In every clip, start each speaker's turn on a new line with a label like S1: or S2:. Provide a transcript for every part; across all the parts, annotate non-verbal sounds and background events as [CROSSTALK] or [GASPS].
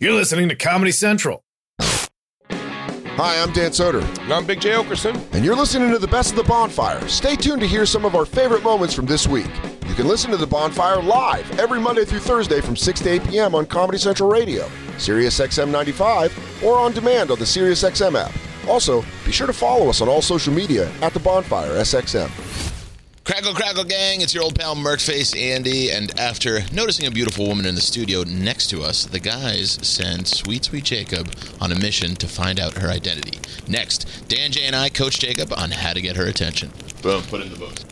S1: You're listening to Comedy Central.
S2: Hi, I'm Dan Soder,
S3: And I'm Big J. Okerson.
S2: and you're listening to the best of the bonfire. Stay tuned to hear some of our favorite moments from this week. You can listen to the bonfire live every Monday through Thursday from 6 to 8 p.m. on Comedy Central Radio, Sirius XM 95, or on demand on the Sirius XM app. Also, be sure to follow us on all social media at the bonfire SXM.
S4: Crackle, crackle, gang! It's your old pal Merkface Andy, and after noticing a beautiful woman in the studio next to us, the guys send Sweet Sweet Jacob on a mission to find out her identity. Next, Dan J and I coach Jacob on how to get her attention. Boom, put it in the books.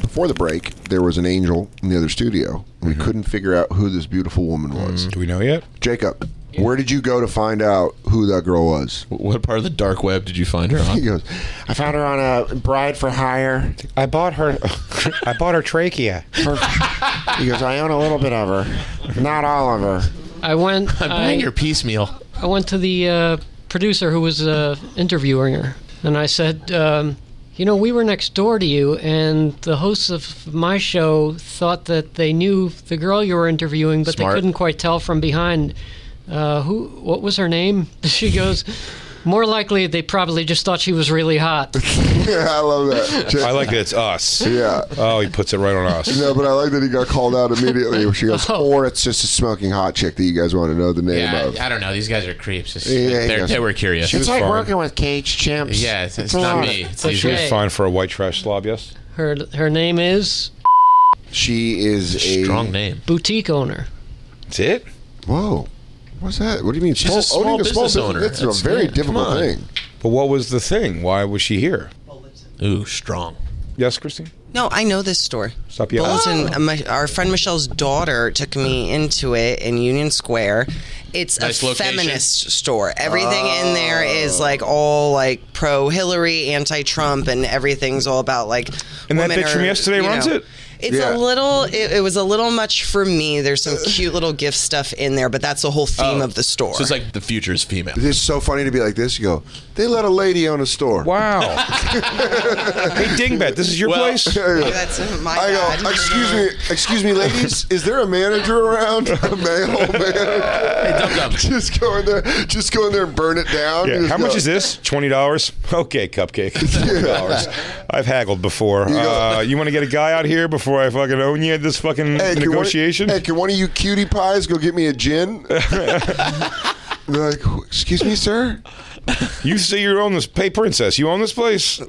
S2: Before the break, there was an angel in the other studio. We couldn't figure out who this beautiful woman was.
S3: Mm-hmm. Mm. Do we know yet?
S2: Jacob, where did you go to find out who that girl was?
S4: What part of the dark web did you find her
S2: [LAUGHS] He
S4: on?
S2: goes, I found her on a bride for hire.
S5: I bought her. I bought her trachea.
S2: He goes, I own a little bit of her, not all of her.
S4: [LAUGHS]
S6: I went.
S4: I'm buying
S6: I,
S4: her piecemeal.
S6: I went to the uh, producer who was uh, interviewing her, and I said, um, "You know, we were next door to you, and the hosts of my show thought that they knew the girl you were interviewing, but
S4: Smart.
S6: they couldn't quite tell from behind uh, who. What was her name?" [LAUGHS] She goes. More likely, they probably just thought she was really hot.
S2: Yeah, [LAUGHS] I love that.
S3: I like that it's us.
S2: Yeah.
S3: Oh, he puts it right on us.
S2: No, but I like that he got called out immediately. She goes, or it's just a smoking hot chick that you guys want to know the name
S7: Yeah,
S2: of.
S7: I, I don't know. These guys are creeps. It's-
S2: Yeah,
S7: they're-
S2: yeah, yeah.
S7: they were curious.
S3: She was fine.
S2: with cage chimps.
S7: yeah, it's, it's not me. It's
S6: But
S7: these
S6: she-
S7: guys.
S3: It's fine for a white trash slob, yes?
S6: Her her name is
S2: She is a
S7: Strong name.
S6: boutique owner.
S3: That's it?
S2: Whoa. What's that? What do you mean?
S4: She's a small
S2: owning
S4: business owner.
S2: That's,
S4: That's-
S2: a very
S4: yeah, come
S2: difficult
S4: on.
S2: thing.
S3: But what was the thing? Why was she here?
S4: Ooh, strong.
S3: Yes, Christine?
S8: No, I know this store.
S3: Stop yelling.
S8: Bolton, uh, my, our friend Michelle's daughter took me into it in Union Square. It's
S7: Nice
S8: a
S7: location.
S8: feminist store. Everything in there is like all like pro Hillary, anti Trump, and everything's all about like.
S3: And that
S8: women
S3: bitch from
S8: are,
S3: yesterday
S8: you
S3: runs
S8: know.
S3: it?
S8: It's
S2: Yeah.
S8: a little. It, it was a little much for me. There's some cute little gift stuff in there, but that's the whole theme of the store.
S4: So it's like the future is female.
S2: It's so funny to be like this. You go, they let a lady own a store. [LAUGHS]
S3: Wow. hey, Dingbat, this is your
S4: Well-
S3: place?
S8: Oh, that's my
S2: I
S8: bad.
S2: go, excuse me, excuse me, ladies, is there a manager around? [LAUGHS] A male manager?
S4: [LAUGHS]
S7: Hey, Dum Dum.
S2: [LAUGHS] Just go in there, just go in there and burn it down. You
S3: [LAUGHS] Yeah.
S2: just
S3: How much
S2: go-
S3: is this? Twenty dollars. Okay, cupcake. Twenty dollars. I've haggled before. Uh, you want to get a guy out here before I fucking own you at this fucking
S2: Hey, can one-
S3: negotiation?
S2: hey, can one of you cutie pies go get me a
S3: [LAUGHS]
S2: gin? They're like, excuse me, sir.
S3: you say you own this. Hey, princess, you own this place.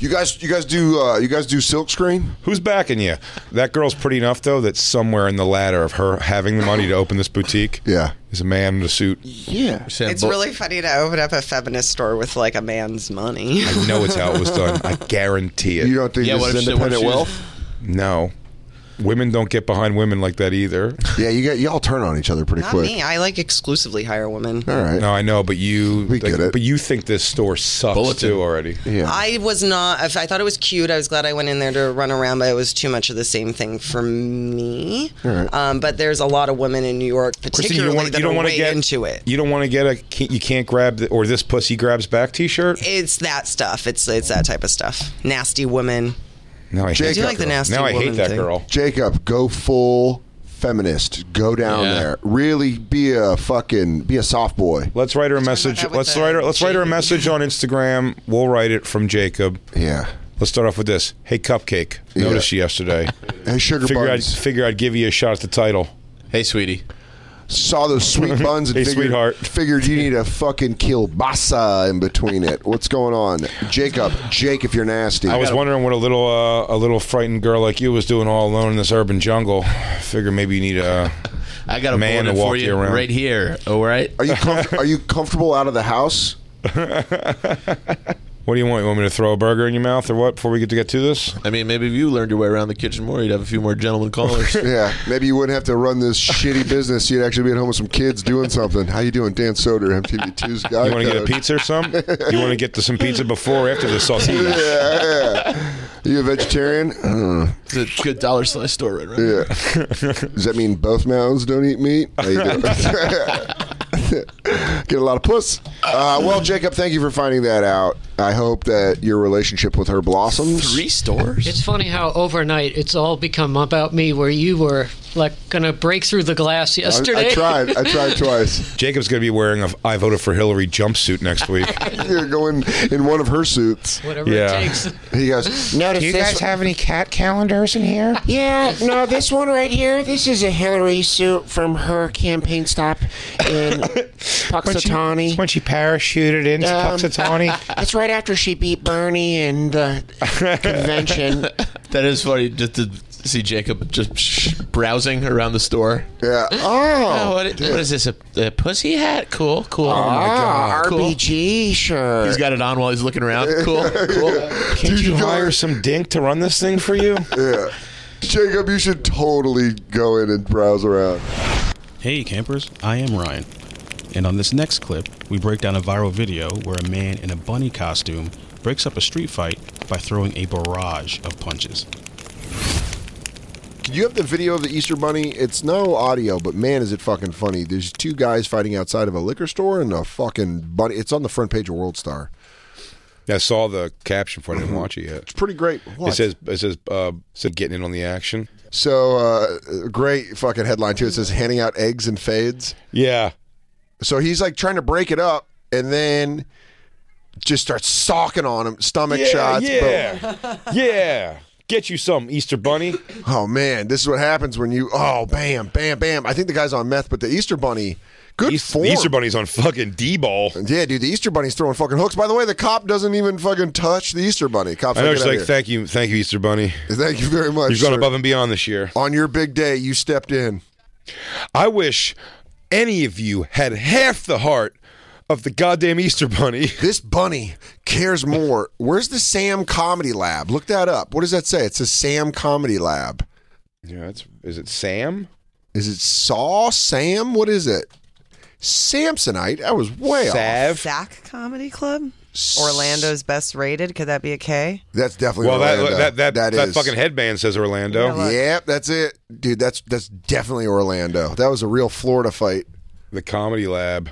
S2: You guys, you guys do, uh, you guys do silk screen?
S3: Who's backing you? That girl's pretty enough though. That somewhere in the ladder of her having the money to open this boutique.
S2: Yeah.
S3: Is a man in a suit.
S2: Yeah.
S8: It's really funny to open up a feminist store with like a man's money.
S3: I know it's how it was done. I guarantee it.
S2: You don't think
S4: Yeah, what
S2: this
S4: if
S2: is
S4: she- what if
S2: independent
S4: she was-
S2: wealth?
S3: no. Women don't get behind women like that either.
S2: Yeah, you got y'all turn on each other pretty
S8: Not
S2: quick.
S8: me. I like exclusively hire women.
S2: All right.
S3: No, I know, but you
S2: We get it.
S3: but you think this store sucks
S4: Bulletin.
S3: too already.
S2: Yeah.
S8: I was not. I I thought it was cute. I was glad I went in there to run around, but it was too much of the same thing for me.
S2: right.
S8: Um, but there's a lot of women in New York,
S3: Christine,
S8: particularly
S3: wanna-
S8: that are
S3: wanna
S8: way into it.
S3: You don't want to get a can't- you can't grab the, or this pussy grabs back T-shirt.
S8: It's that stuff. It's it's that type of stuff. Nasty women.
S3: No, I hate
S2: I do
S3: that
S8: like the
S3: girl.
S8: nasty
S3: Now I hate
S8: woman
S3: that
S8: thing.
S3: girl.
S2: Jacob, go full feminist. Go down
S4: Yeah.
S2: there. Really be a fucking be a soft boy.
S3: Let's write her a
S8: about
S3: message.
S8: that with
S3: Let's
S8: the
S3: write her. Let's write her a
S8: Jacob.
S3: message on Instagram. We'll write it from Jacob.
S2: Yeah.
S3: Let's start off with this. Hey, cupcake.
S2: Yeah.
S3: Noticed you yesterday.
S2: Hey, sugar
S3: figure I'd
S2: buns.
S3: figure I'd give you a shot at the title.
S4: Hey, sweetie.
S2: Saw those
S3: [LAUGHS]
S2: sweet buns and
S3: Hey,
S2: figured,
S3: sweetheart.
S2: figured you need a fucking kielbasa in between it. What's going on, Jacob? Jake, if you're nasty,
S3: I was wondering what a little uh, a little frightened girl like you was doing all alone in this urban jungle. Figure maybe you need a
S4: I got a
S3: man to
S4: boner
S3: walk
S4: for you
S3: around.
S4: right here. All right.
S3: [LAUGHS]
S2: Are you comf- are you comfortable out of the house?
S3: What do you want? You want me to throw a burger in your mouth or what before we get to get to this?
S4: I mean, maybe if you learned your way around the kitchen more, you'd have a few more
S9: [LAUGHS]
S4: gentlemen callers.
S2: Yeah, maybe you wouldn't have to run this shitty business. You'd actually be at home with some kids doing something. How you doing, Dan Soder, MTV 2's guy? Uh,
S3: You want to get a
S2: code.
S3: pizza or something? You want to get to some pizza before or after
S2: [LAUGHS]
S3: the
S2: Yeah,
S3: sausage?
S2: yeah. You a vegetarian? Uh,
S4: it's a good dollar slice store right around here.
S2: yeah. Does that mean both mouths don't eat meat? How you doing? [LAUGHS] Get a lot of puss. Uh, well, Jacob, thank you for finding that out. I hope that your relationship with her blossoms.
S4: Three stores?
S6: It's funny how overnight it's all become about me, where you were like gonna break through the glass
S2: I,
S6: yesterday.
S2: I tried. I tried
S3: [LAUGHS]
S2: twice.
S3: Jacob's going to be wearing a I voted for Hillary jumpsuit next week.
S2: You're going in one of her suits.
S6: [LAUGHS] Whatever
S3: Yeah.
S6: it takes.
S2: He goes, no,
S5: Do you guys have any cat calendars in here?
S10: Yeah, no, this one right here, this is a Hillary suit from her campaign stop in
S5: [LAUGHS] When she,
S10: Puxatawny.
S5: when she parachuted into
S10: Um,
S11: [LAUGHS]
S5: Puxatawny.
S10: That's right after she beat Bernie in the
S5: [LAUGHS]
S10: convention.
S4: That is funny just to see Jacob just sh- browsing around the store.
S2: yeah.
S7: [LAUGHS] Oh,
S2: Oh,
S7: what, what is this? A, a pussy hat? Cool, cool.
S9: Oh
S10: Ah,
S7: Cool.
S10: RBG shirt.
S4: He's got it on while he's
S9: [LAUGHS]
S4: looking around. Cool, cool.
S3: Can't you hire some dink to run this thing for you?
S2: Jacob, you should totally go in and browse around.
S11: Hey campers, I am Ryan. And on this next clip, we break down a viral video where a man in a bunny costume breaks up a street fight by throwing a barrage of punches.
S2: You have the video of the Easter Bunny. It's no audio, but man, is it fucking funny. There's two guys fighting outside of a liquor store and a fucking bunny. It's on the front page of World Star.
S3: I saw the caption for it. I didn't watch it yet.
S2: It's pretty great. What?
S3: It says, it says, uh, said getting in on the action.
S2: so uh, great fucking headline too. It says handing out eggs and fades.
S3: Yeah.
S2: So he's like trying to break it up and then just starts socking on him, stomach shots. But,
S3: Yeah. yeah. Get you some, Easter Bunny.
S2: oh man, this is what happens when you oh bam, bam, bam. I think the guy's on meth, but the Easter Bunny, good
S3: East-
S2: form.
S3: the Easter Bunny's on fucking D ball.
S2: Yeah, dude, the Easter Bunny's throwing fucking hooks. By the way, the cop doesn't even fucking touch the Easter Bunny. Cop's
S3: I
S2: like,
S3: know
S2: "Get
S3: she's
S2: out
S3: like,
S2: of here."
S3: thank you, thank you, Easter Bunny.
S2: Thank you very much.
S3: You've gone
S2: sir.
S3: above and beyond this year.
S2: On your big day, you stepped in.
S3: I wish any of you had half the heart of the goddamn Easter Bunny.
S2: This bunny cares more. Where's the Sam Comedy Lab? Look that up. What does that say? It's a Sam Comedy Lab.
S3: Yeah, that's is it Sam?
S2: Is it Saw Sam? What is it? Samsonite. I was way off.
S3: Sav.
S8: Sack Comedy Club? Orlando's best rated. Could that be a K?
S2: That's definitely
S3: Well, that,
S2: Orlando.
S3: that that that,
S2: is.
S3: fucking headband says Orlando.
S2: Yep, that's it, dude. That's that's definitely Orlando. That was a real Florida fight.
S3: The Comedy Lab.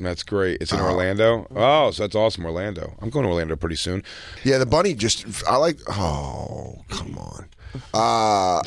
S3: That's great. It's in Orlando. Oh, so that's awesome, Orlando. I'm going to Orlando pretty soon.
S2: Yeah, the bunny just I like oh, come on. Uh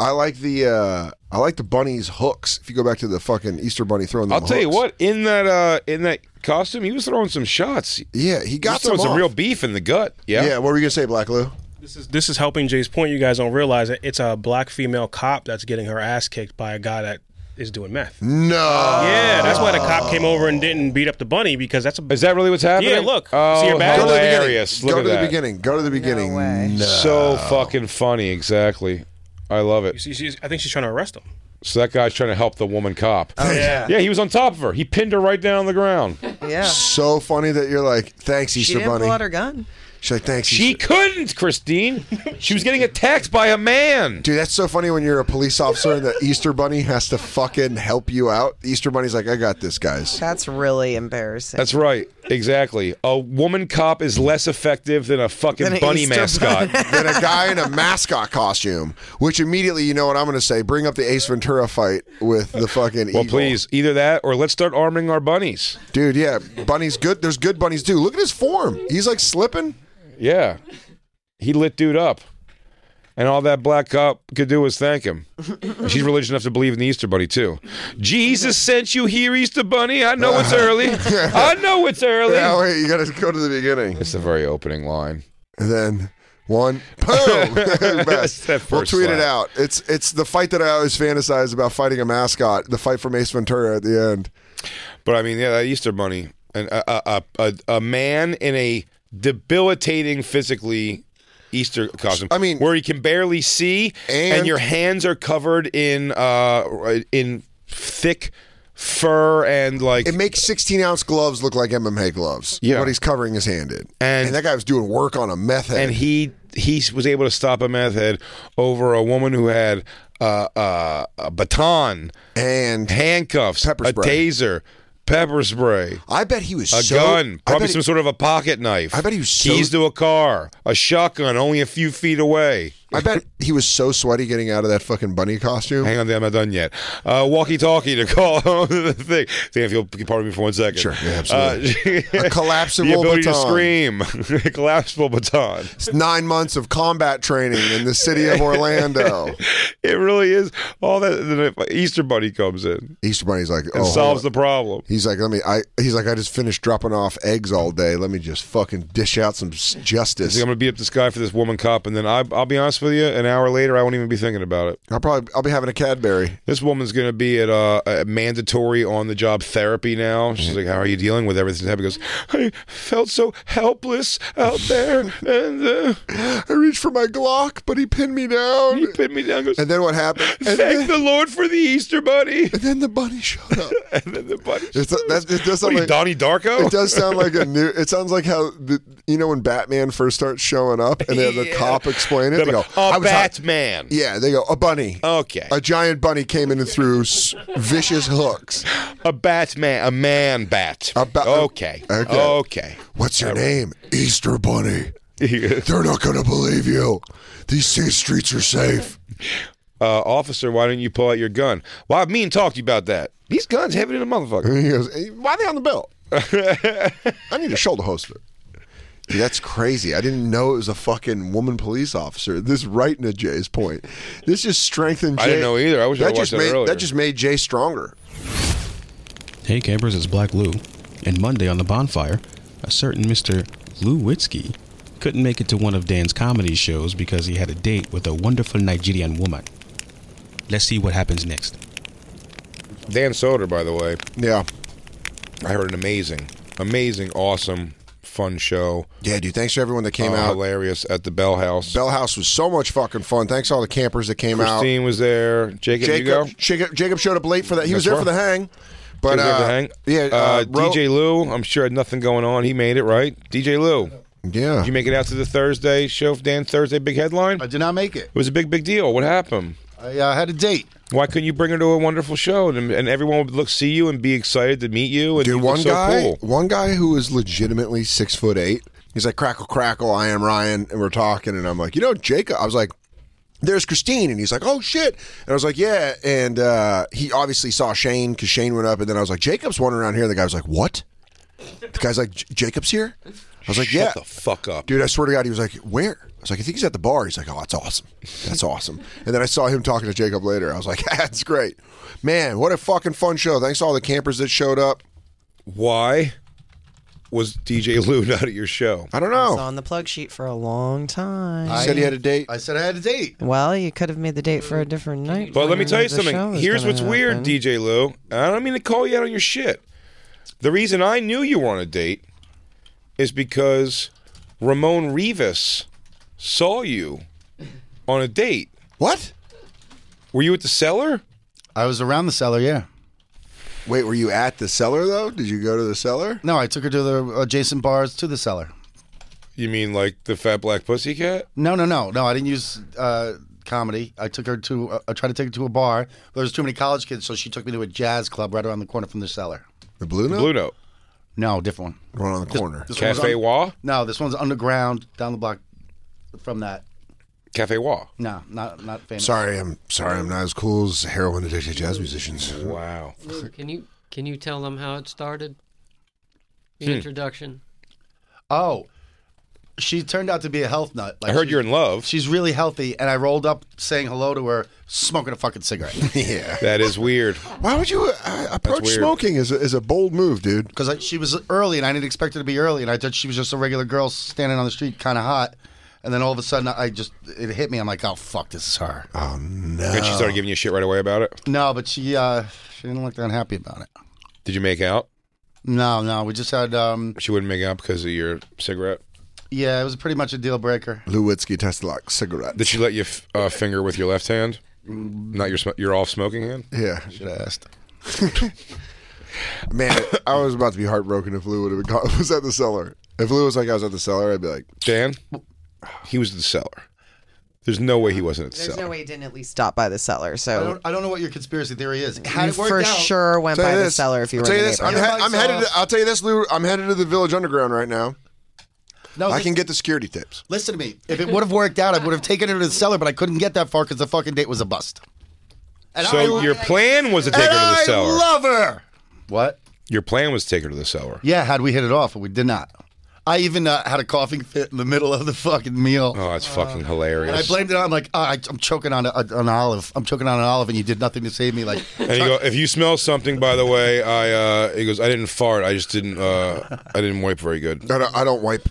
S2: I like the uh I like the bunny's hooks. If you go back to the fucking Easter bunny throwing them
S3: I'll tell you
S2: hooks.
S3: what. In that uh, in that costume, he was throwing some shots. He
S2: Yeah, he got
S3: was throwing
S2: some,
S3: some
S2: off.
S3: real beef in the gut. Yeah.
S2: Yeah, what were you gonna say, Black Lou?
S11: This is this is helping Jay's point. You guys don't realize it. It's a black female cop that's getting her ass kicked by a guy that is doing meth.
S2: No.
S3: Oh,
S11: Yeah, that's why the cop came over and didn't beat up the bunny because that's a
S3: Is that really what's happening?
S11: Yeah, look.
S3: Oh,
S11: See your badge?
S2: Go to the beginning.
S3: hilarious. Look
S2: Go
S3: at
S2: to
S3: that.
S2: the beginning. Go to the beginning. No.
S3: So fucking funny. Exactly. I love
S11: You
S3: it.
S11: see, she's, I think she's trying to arrest him.
S3: So that guy's trying to help the woman cop.
S11: Oh,
S8: yeah.
S3: [LAUGHS] Yeah, he was on top of her. He pinned her right down on the ground.
S8: Yeah.
S2: So funny that you're like, thanks,
S8: She
S2: Easter
S8: didn't
S2: Bunny.
S8: pull out her gun.
S2: She's like, thanks,
S3: She
S2: Easter.
S3: couldn't, [LAUGHS] Christine. She was getting attacked by a man.
S2: Dude, that's so funny when you're a police officer and the Easter Bunny has to fucking help you out. The Easter Bunny's like, I got this, guys.
S8: That's really embarrassing.
S3: That's right. Exactly. A woman cop is less effective than a fucking
S8: Than an
S3: bunny
S8: Easter
S3: mascot.
S2: [LAUGHS] than a guy in a mascot costume, which immediately you know what I'm going to say. Bring up the Ace Ventura fight with the fucking
S3: well,
S2: eagle.
S3: please, either that or let's start arming our bunnies.
S2: dude. Yeah, bunnies good. There's good bunnies too. Look at his form. He's like slipping.
S3: Yeah. He lit dude up. And all that black cop could do was thank him. And She's religious enough to believe in the Easter Bunny, too. Jesus sent you here, Easter Bunny. I know it's early. I know it's early.
S2: Yeah, wait, you got to go to the beginning.
S3: It's the very opening line.
S2: And then one,
S3: [LAUGHS]
S2: boom. [LAUGHS] Best.
S3: That
S2: We'll
S3: first
S2: tweet it
S3: slap.
S2: out. It's it's the fight that I always fantasize about fighting a mascot. The fight from Ace Ventura at the end.
S3: But I mean, yeah, that Easter Bunny, and a a, a, a, a man in a debilitating physically Easter costume.
S2: I mean-
S3: where he can barely see, and,
S2: And-
S3: your hands are covered in uh in thick fur and like
S2: it makes 16 ounce gloves look like MMA gloves.
S3: Yeah.
S2: What he's covering his hand in.
S3: And-
S2: that guy was doing work on a meth head.
S3: And he he was able to stop a meth head over a woman who had uh, uh, a baton
S2: and
S3: handcuffs,
S2: pepper spray.
S3: a taser, pepper spray.
S2: I bet he was
S3: a
S2: so-
S3: gun,
S2: I
S3: probably
S2: bet he-
S3: some sort of a pocket knife. I bet
S2: he was so-
S3: keys to a car, a shotgun, only a few feet away.
S2: I bet he was so sweaty getting out of that fucking bunny costume.
S3: Hang on, I'm not done yet. Uh, walkie-talkie to [LAUGHS] call the thing. Dan, if you'll pardon me for one second. Sure,
S2: absolutely.
S3: Uh, [LAUGHS]
S2: A collapsible
S3: the ability
S2: baton.
S3: to scream, [LAUGHS] a collapsible baton.
S2: It's nine months of combat training in the city
S3: [LAUGHS]
S2: of Orlando.
S3: it really is. All that then the Easter Bunny comes in
S2: Easter Bunny's like, oh,
S3: and
S2: hold
S3: solves
S2: on."
S3: the problem.
S2: He's like, let me. I. He's like, I just finished dropping off eggs all day. Let me just fucking dish out some s-
S3: He's
S2: justice.
S3: like, I'm gonna beat up this guy for this woman cop, and then I, I'll be honest with you. An hour later, I won't even be thinking about it.
S2: I'll probably I'll be having a Cadbury. [GASPS]
S3: This woman's going to be at uh, a mandatory on the job therapy now.
S2: Mm-hmm.
S3: She's like, How are you dealing with everything? He goes, I felt so helpless out there. And uh,
S2: I reached for my Glock, but he pinned me down.
S3: He pinned me down. Goes,
S2: and then what happened?
S3: [LAUGHS]
S2: And
S3: Thank the Lord for the Easter bunny. [LAUGHS] And
S2: then the bunny showed up.
S3: and then the bunny
S2: It's, that,
S3: [LAUGHS]
S2: it does
S3: What
S2: sound
S3: are you,
S2: like
S3: Donnie Darko?
S2: It does sound like
S3: [LAUGHS]
S2: a new. It sounds like how the, you know when Batman first starts showing up and then the
S3: [LAUGHS] Yeah.
S2: cop explain it. They go,
S3: a Oh.
S2: "I was hot."
S3: Batman.
S2: Yeah, they go a bunny.
S3: Okay.
S2: A giant bunny came in and threw s- vicious hooks.
S3: A Batman, a man bat.
S2: A ba-
S3: okay.
S2: Okay.
S3: Okay.
S2: What's your
S3: All right.
S2: name? Easter
S3: [LAUGHS]
S2: Bunny. They're not gonna believe you. These safe streets are safe.
S3: Uh, officer, why didn't you pull out your gun? Well, I mean, talk to you about that. These guns heavy than a motherfucker.
S2: And he goes, "Hey, why are they on the belt?
S3: [LAUGHS]
S2: I need a shoulder holster. Dude, that's crazy. I didn't know it was a fucking woman police officer. This right into Jay's point. This just strengthened Jay.
S3: I didn't know either. I wish I
S2: that
S3: watched
S2: just
S3: that
S2: made,
S3: earlier.
S2: That just made Jay stronger.
S11: Hey campers, it's Black Lou. And Monday on the bonfire, a certain Mr. Lou Witzke couldn't make it to one of Dan's comedy shows because he had a date with a wonderful Nigerian woman. Let's see what happens next.
S3: Dan Soder, by the way.
S2: Yeah.
S3: I heard an amazing, amazing, awesome, fun show.
S2: Yeah, dude. Thanks for everyone that came
S3: Uh,
S2: out.
S3: Hilarious at the Bell House.
S2: Bell House was so much fucking fun. Thanks to all the campers that came out.
S3: Christine was there. Jacob, you go?
S2: Jacob, Jacob, Jacob showed up late for that. He was
S3: That's
S2: there for the
S3: right.
S2: hang. But
S3: Jacob
S2: uh,
S3: had to hang.
S2: yeah,
S3: Uh,
S2: uh, Ro-
S3: DJ Lou, I'm sure had nothing going on. He made it, right? DJ Lou.
S2: Yeah.
S3: Did you make it out to the Thursday show, Dan Thursday big headline?
S9: I did not make it.
S3: It was a big, big deal. What happened?
S9: I uh, had a date.
S3: Why couldn't you bring her to a wonderful show and, and everyone would look see you and be excited to meet you? And
S2: Dude,
S3: you look
S2: one
S3: so
S2: guy,
S3: cool.
S2: one guy who is legitimately six foot eight. He's like crackle crackle. I am Ryan, and we're talking, and I'm like, you know, Jacob. I was like, there's Christine, and he's like, oh shit, and I was like, yeah, and uh, he obviously saw Shane because Shane went up, and then I was like, Jacob's one around here. The guy was like, what? The guy's like, "J- Jacob's here. I was like, yeah,
S3: Shut the fuck up.
S2: dude. I swear to God, he was like, where? I was like, I think he's at the bar. He's like, oh, that's awesome. That's awesome. And then I saw him talking to Jacob later. I was like, [LAUGHS] that's great, man. What a fucking fun show. Thanks to all the campers that showed up.
S3: Why was DJ Lou [LAUGHS] not at your show?
S2: I don't
S8: I
S2: know.
S8: was on the plug sheet for a long time.
S9: I-
S2: date.
S9: I Oh. said I had a date.
S8: Well, you could have made the date for a different night.
S3: But let me
S8: when
S3: tell you
S8: the show
S3: something.
S8: was
S3: Here's
S8: gonna
S3: what's weird,
S8: happen.
S3: DJ Lou. And I don't mean to call you out on your shit. The reason I knew you were on a date is because Ramon Rivas saw you on a date.
S2: What?
S3: Were you at the cellar?
S9: I was around the cellar, yeah.
S2: Wait, were you at the cellar though? Did you go to the cellar?
S9: No, I took her to the uh, adjacent bars to the cellar.
S3: You mean like the fat black pussycat?
S9: No, no, no, no. I didn't use uh, comedy. I took her to. Uh, I tried to take her to a bar. But there was too many college kids, so she took me to a jazz club right around the corner from the cellar.
S2: The blue
S3: The
S2: note.
S3: Blue Note.
S9: No, different one.
S2: The one on the corner.
S9: This one was
S3: Cafe
S9: on-
S3: Wa?
S9: No, this one's underground, down the block from that.
S3: Cafe Wa.
S9: No, not not famous.
S2: Sorry, I'm sorry, I'm not as cool as heroin addicted jazz musicians.
S3: Wow.
S6: Lou, [LAUGHS] can you can you tell them how it started? The
S3: Hmm.
S6: introduction.
S9: Oh, she turned out to be a health nut. Like
S3: I heard
S9: she-
S3: you're in love.
S9: She's really healthy, and I rolled up saying hello to her, smoking a fucking cigarette
S2: [LAUGHS] yeah.
S3: That is weird.
S2: Why would you uh, approach
S3: weird.
S2: smoking as a, as a bold move, dude?
S9: because she was early, and I didn't expect her to be early, and I thought she was just a regular girl standing on the street, kind of hot. And then all of a sudden, I just it hit me. I'm like, oh fuck, this is her.
S2: Oh no.
S3: And she started giving you shit right away about it.
S9: No, but she uh, she didn't look that happy about it.
S3: Did you make out?
S9: No, no, we just had um,
S3: She wouldn't make out because of your cigarette.
S9: yeah, it was pretty much a deal breaker.
S2: Lewitsky tested like cigarette.
S3: Did she let you f- uh, finger with your left hand, not your sm- your off smoking hand?
S2: Yeah.
S9: Should have asked.
S2: [LAUGHS] Man, I was about to be heartbroken if Lou would have been called. [LAUGHS] Was at the cellar. If Lou was like, I was at the cellar, I'd be like,
S3: Dan, he was at the cellar. There's no way he wasn't at the
S8: There's
S3: cellar.
S8: no way he didn't at least stop by the cellar.
S9: I
S8: So
S9: don't, I don't know what your conspiracy theory is. Had
S8: You
S9: it worked
S8: for
S9: out-
S8: sure went
S2: Tell
S8: by
S2: you
S8: the
S2: this.
S8: cellar if you
S2: I'll
S8: were
S2: tell
S8: in
S2: you
S8: the
S2: this. I'm,
S8: neighborhood.
S2: he- I'm headed. To, I'll tell you this, Lou. I'm headed to the Village Underground right now.
S9: No,
S2: I
S9: this-
S2: can get the security tips.
S9: Listen to me. If it would have worked out, I would have taken her to the cellar, but I couldn't get that far because the fucking date was a bust.
S3: so your plan was to take her to
S9: and
S3: the
S9: I
S3: cellar.
S9: love her. What?
S3: Your plan was to take her to the cellar.
S9: Yeah, had we hit it off, but we did not. I even uh, had a coughing fit in the middle of the fucking meal.
S3: Oh, that's fucking
S9: And I
S3: hilarious.
S9: blamed it on, like, oh, I, I'm choking on a, an olive. I'm choking on an olive, and you did nothing to save me. Like, [LAUGHS]
S3: and you go, if you smell something, by the way, I uh, he goes, I didn't fart. I just didn't. Uh, I didn't wipe very good.
S2: I don't, I don't wipe.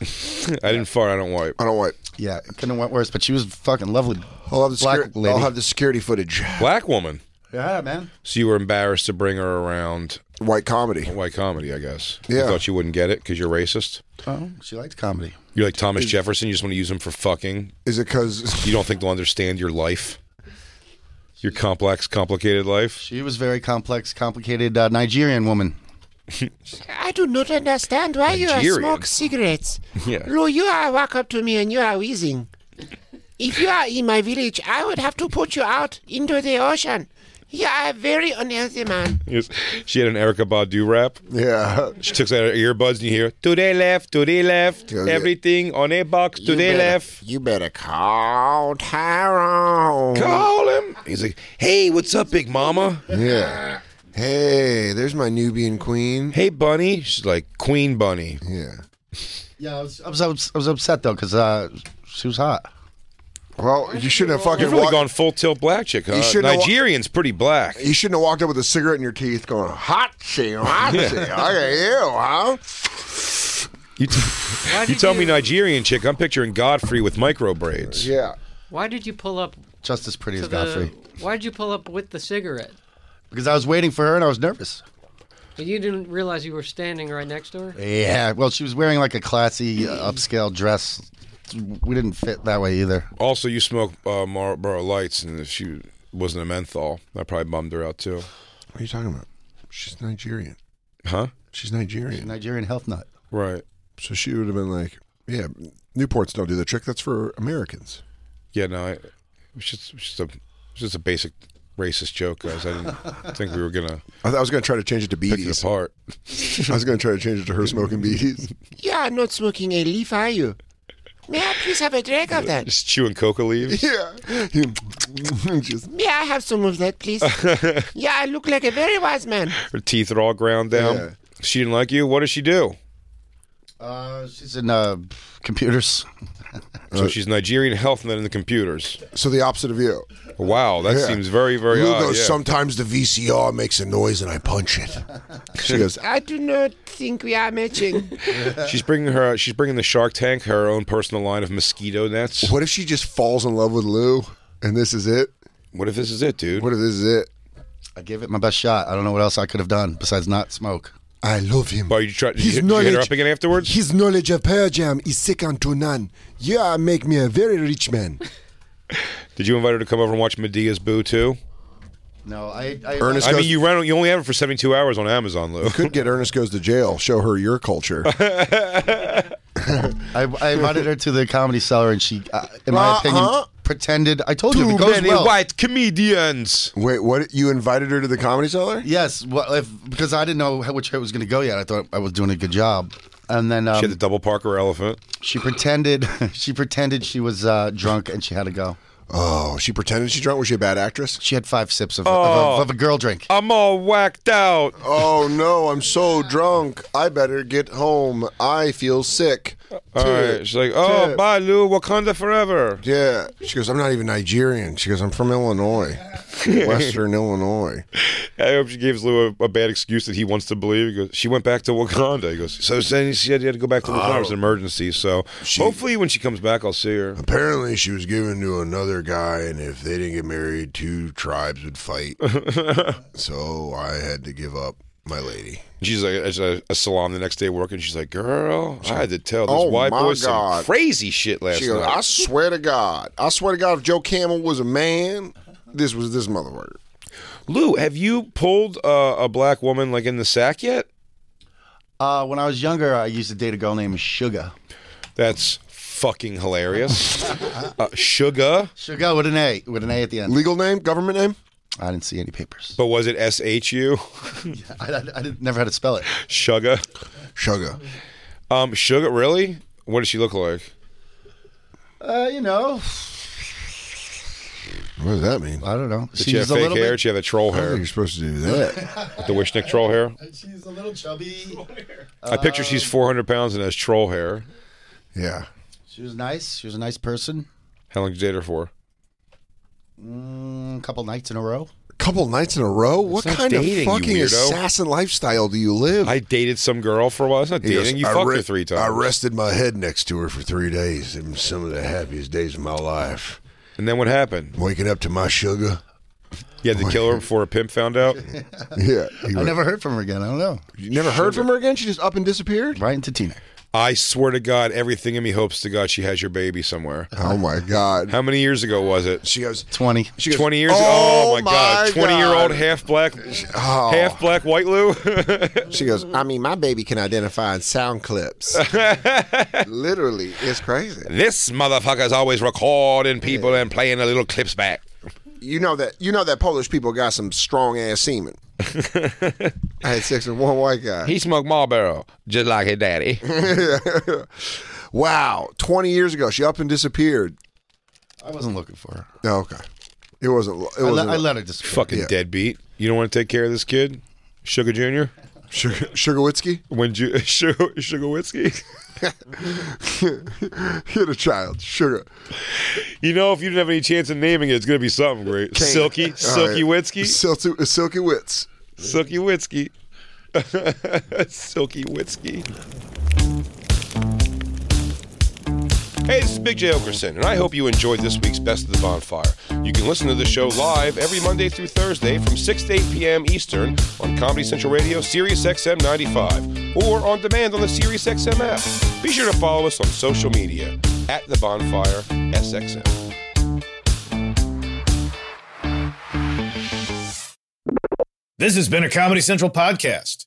S3: I didn't fart. I don't wipe.
S2: I don't wipe.
S9: yeah, it couldn't have went worse, but she was fucking lovely.
S2: I'll have the,
S9: Black
S2: security.
S9: lady.
S2: I'll have the security footage.
S3: Black woman.
S9: Yeah, man.
S3: So you were embarrassed to bring her around
S2: white comedy.
S3: White comedy, I guess.
S2: Yeah.
S3: You thought you wouldn't get it because you're racist.
S9: Oh, she liked comedy.
S3: You're like Thomas Jefferson. You just want to use him for fucking.
S2: Is it because
S3: you don't think they'll understand your life, your complex, complicated life?
S9: She was very complex, complicated uh, Nigerian woman.
S10: I do not understand why you
S9: Nigerian.
S10: smoke cigarettes.
S3: [LAUGHS] Yeah.
S10: Lou, you are walk up to me and you are wheezing. If you are in my village, I would have to put you out into the ocean. You are a very unhealthy man.
S3: Yes. She had an Erica Badu rap.
S2: [LAUGHS] Yeah.
S3: She took out her earbuds and you hear, to the left, to the left,
S2: Yeah, yeah.
S3: everything on a box, to the left.
S2: You better call Tyrone.
S3: Call him. He's like, hey, what's up, Big Mama?
S2: Yeah. Hey, there's my Nubian queen.
S3: Hey, Bunny. She's like, Queen Bunny.
S2: Yeah.
S9: Yeah, I was, I was, ups- I was upset though because uh, she was hot.
S2: Well, you shouldn't have fucking
S3: You've really
S2: walked-
S3: gone full tilt black chick, huh?
S2: You shouldn't have wa-
S3: Nigerian's pretty black.
S2: You shouldn't have walked up with a cigarette in your teeth, going hot shit, hot
S3: Yeah.
S2: shit. Okay, ew, huh?
S3: You, t- you tell me Nigerian chick, I'm picturing Godfrey with micro braids.
S2: Yeah.
S6: Why did you pull up?
S9: Just as pretty
S6: to
S9: as
S6: the,
S9: Godfrey.
S6: why did you pull up with the cigarette?
S9: Because I was waiting for her and I was nervous.
S6: But you didn't realize you were standing right next to her.
S9: Yeah, well, she was wearing like a classy, uh, upscale dress. We didn't fit that way either.
S3: Also, you smoke uh, Marlboro Lights, and she wasn't a menthol. That probably bummed her out, too.
S2: What are you talking about? She's Nigerian.
S3: Huh?
S2: She's Nigerian.
S9: Nigerian health nut.
S3: Right.
S2: So she would have been like, "Yeah, Newports don't do the trick. That's for Americans."
S3: Yeah, no, I, it was just, it was just a, it was just a basic racist joke, guys.
S2: [LAUGHS]
S3: I didn't think we were gonna
S2: I, thought I was going to try to change it to
S3: pick it
S2: beaties.
S3: apart.
S2: I was going to try to change it to her
S9: [LAUGHS]
S2: smoking beaties.
S10: You are not smoking a leaf, are you? May I please have a drag of that?
S3: Just chewing coca leaves.
S2: Yeah. [LAUGHS] Just-
S10: May I have some of that,
S3: [LAUGHS]
S10: please? yeah, I look like a very wise man.
S3: Her teeth are all ground down.
S9: Yeah.
S3: She didn't like you. What does she do?
S9: Uh, she's in uh, computers.
S3: So she's Nigerian health nut in the computers.
S2: so the opposite of you.
S3: Wow, that
S2: Yeah.
S3: seems very, very
S2: Lou
S3: odd.
S2: goes,
S3: yeah.
S2: Sometimes the VCR makes a noise and I
S9: [LAUGHS]
S2: punch it. She goes,
S10: I do not think we are matching.
S3: She's bringing her. She's bringing the Shark Tank her own personal line of mosquito nets.
S2: What if she just falls in love with Lou and this is it?
S3: What if this is it, dude?
S2: What if this is it?
S9: I gave it my best shot. I don't know what else I could have done besides not smoke.
S2: I love him.
S3: But you try. Did you, hit- did you hit her up again afterwards?
S12: His knowledge of Pearl Jam is second to none. Yeah, make me a very
S9: [LAUGHS]
S12: rich man.
S3: Did you invite her to come over and watch Medea's Boo too?
S9: No, I. I
S3: I mean, you rent. You only have it for seventy two hours on Amazon, Lou.
S2: You could get Ernest Goes to Jail, show her your [LAUGHS] culture.
S9: I, I invited her to the comedy cellar, and she, uh, in my
S2: Uh-huh.
S9: opinion, pretended. I told you, if it goes well.
S3: comedians.
S2: Wait, what? You invited her to the comedy cellar?
S9: Yes, well, if, because I didn't know how, which way it was going to go yet. I thought I was doing a good job, and then um,
S3: she had the double Parker elephant.
S9: she pretended. she pretended she was uh, drunk, and she had to go.
S2: Oh, she pretended she drunk. Was she a bad actress?
S9: She had five sips of,
S3: Oh.
S9: of, a, of a girl drink.
S3: I'm all whacked out.
S2: Oh no, I'm so drunk. I better get home. I feel sick.
S3: All right. She's like, oh,
S2: Tip.
S3: bye, Lou. Wakanda forever.
S2: Yeah. She goes, I'm not even Nigerian. She goes, I'm from
S3: [LAUGHS]
S2: Illinois, Western Illinois.
S3: I hope she gives Lou a, a bad excuse that he wants to believe. He goes, she went back to Wakanda. He goes, so then she had, she had to go back to Wakanda. It was an
S2: Oh.
S3: emergency. So hopefully, when she comes back, I'll see her.
S2: Apparently, she was given to another guy, and if they didn't get married, two tribes would
S3: [LAUGHS]
S2: fight. so I had to give up my lady.
S3: She's like at a, a salon the next day working. She's like, girl, I had to tell this
S2: Oh,
S3: white
S2: my
S3: boy some
S2: God.
S3: crazy shit last
S2: She goes,
S3: night.
S2: I swear to God, I swear to God, if Joe Camel was a man, this was this motherfucker.
S3: Lou, have you pulled uh, a black woman like in the sack yet?
S8: Uh, when I was younger, I used to date a girl named Sugar.
S3: That's
S2: [LAUGHS]
S3: fucking hilarious. uh, Sugar.
S8: Sugar with an A, with an A at the end.
S3: Legal name, government name.
S8: I didn't see any papers. [LAUGHS]
S3: But was it S H U?
S8: I, I, I didn't- never had to spell it.
S3: Sugar.
S2: Sugar.
S3: Um, Sugar. Really? What does she look like?
S8: Uh, you know,
S2: What does that mean?
S8: I don't know.
S3: Did she have fake hair? Did she have the troll
S2: I don't
S3: hair?
S2: think you're supposed to do that.
S3: With the Wishnick troll hair.
S8: she's a little chubby.
S3: I picture she's 400 pounds and has troll hair.
S2: Yeah.
S8: She was nice. She was a nice person.
S3: How long did you date her for?
S8: Mm, couple nights in a row.
S2: Couple nights in a row? What
S3: not
S2: kind
S3: dating, you
S2: of fucking
S3: weirdo.
S2: assassin lifestyle do you live?
S3: I dated some girl for a while. It's not
S2: He goes,
S3: dating. You
S2: "I
S3: fucked her
S2: re-
S3: three times.
S2: I rested my head next to her for three days. It was some of the happiest days of my life.
S3: And then what happened?
S2: Waking up to my sugar.
S3: You had to kill her before a pimp found [LAUGHS] out.
S2: [LAUGHS] Yeah. he
S8: I
S2: went,
S8: never heard from her again. I don't know.
S2: You never heard from her again? She just up and disappeared?
S8: Right into Tina.
S3: I swear to God, everything in me hopes to God she has your baby somewhere.
S2: Oh my God.
S3: How many years ago was it?
S2: She goes,
S8: 20.
S2: She goes,
S3: 20 years ago?
S2: "Oh
S3: Oh my, God.
S2: my
S3: 20 year
S2: God."
S3: old half black,
S2: Oh.
S3: half black white [LAUGHS] Lou?
S2: She goes, I mean, my baby can identify in sound [LAUGHS] clips. Literally, it's crazy.
S3: this motherfucker's always recording people and playing the little clips back.
S2: You know that you know that Polish people got some strong ass [LAUGHS] semen. I had sex with one white guy.
S3: He smoked Marlboro, just like his daddy.
S2: wow, twenty years ago, she up and disappeared.
S8: I wasn't looking for her.
S2: Oh, okay, it wasn't. It
S8: I,
S2: was
S8: let, I let her disappear.
S3: Fucking
S2: Yeah.
S3: deadbeat. You don't want to take care of this kid? Sugar Jr.?
S2: Sugar, Sugarwitzky.
S3: When you, [LAUGHS] Sugar, Sugar Whiskey?
S2: [LAUGHS]
S3: [LAUGHS]
S2: You're the child, Sugar.
S3: You know, if you didn't have any chance of naming it, it's going to be something great. Silky, Silky Whiskey,
S2: Silky, Silky Wits.
S3: Silky Whiskey, [LAUGHS] Silky Whiskey. Hey, this is Big J. Okerson, and I hope you enjoyed this week's Best of the Bonfire. You can listen to the show live every Monday through Thursday from 6 to 8 p.m. Eastern on Comedy Central Radio, Sirius XM 95, or on demand on the Sirius XM app. Be sure to follow us on social media at The Bonfire SXM.
S1: This has been a Comedy Central podcast.